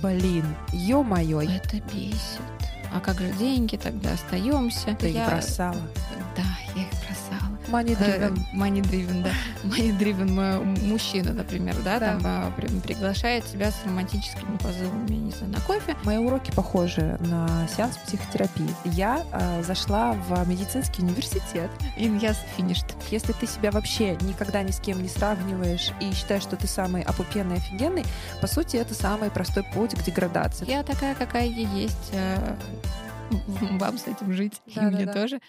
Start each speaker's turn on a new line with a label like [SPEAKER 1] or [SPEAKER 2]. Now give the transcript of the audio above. [SPEAKER 1] Блин, ё-моё,
[SPEAKER 2] Это бесит. А как же деньги тогда? Остаемся.
[SPEAKER 1] ты их бросала. Ну,
[SPEAKER 2] Да, я их бросала.
[SPEAKER 1] Money driven.
[SPEAKER 2] Э, Money driven, да. Money driven м- мужчина, например, да,
[SPEAKER 1] Да.
[SPEAKER 2] там а, при- приглашает тебя с романтическими позывами, не знаю, на кофе.
[SPEAKER 1] Мои уроки похожи на сеанс психотерапии. Я э, зашла в медицинский университет.
[SPEAKER 2] И я финишт.
[SPEAKER 1] Если ты себя вообще никогда ни с кем не сравниваешь и считаешь, что ты самый опупенный, офигенный, по сути, это самый простой путь к деградации.
[SPEAKER 2] Я такая, какая я есть. э, Вам с этим жить,
[SPEAKER 1] Да,
[SPEAKER 2] и
[SPEAKER 1] да,
[SPEAKER 2] мне
[SPEAKER 1] да.
[SPEAKER 2] тоже.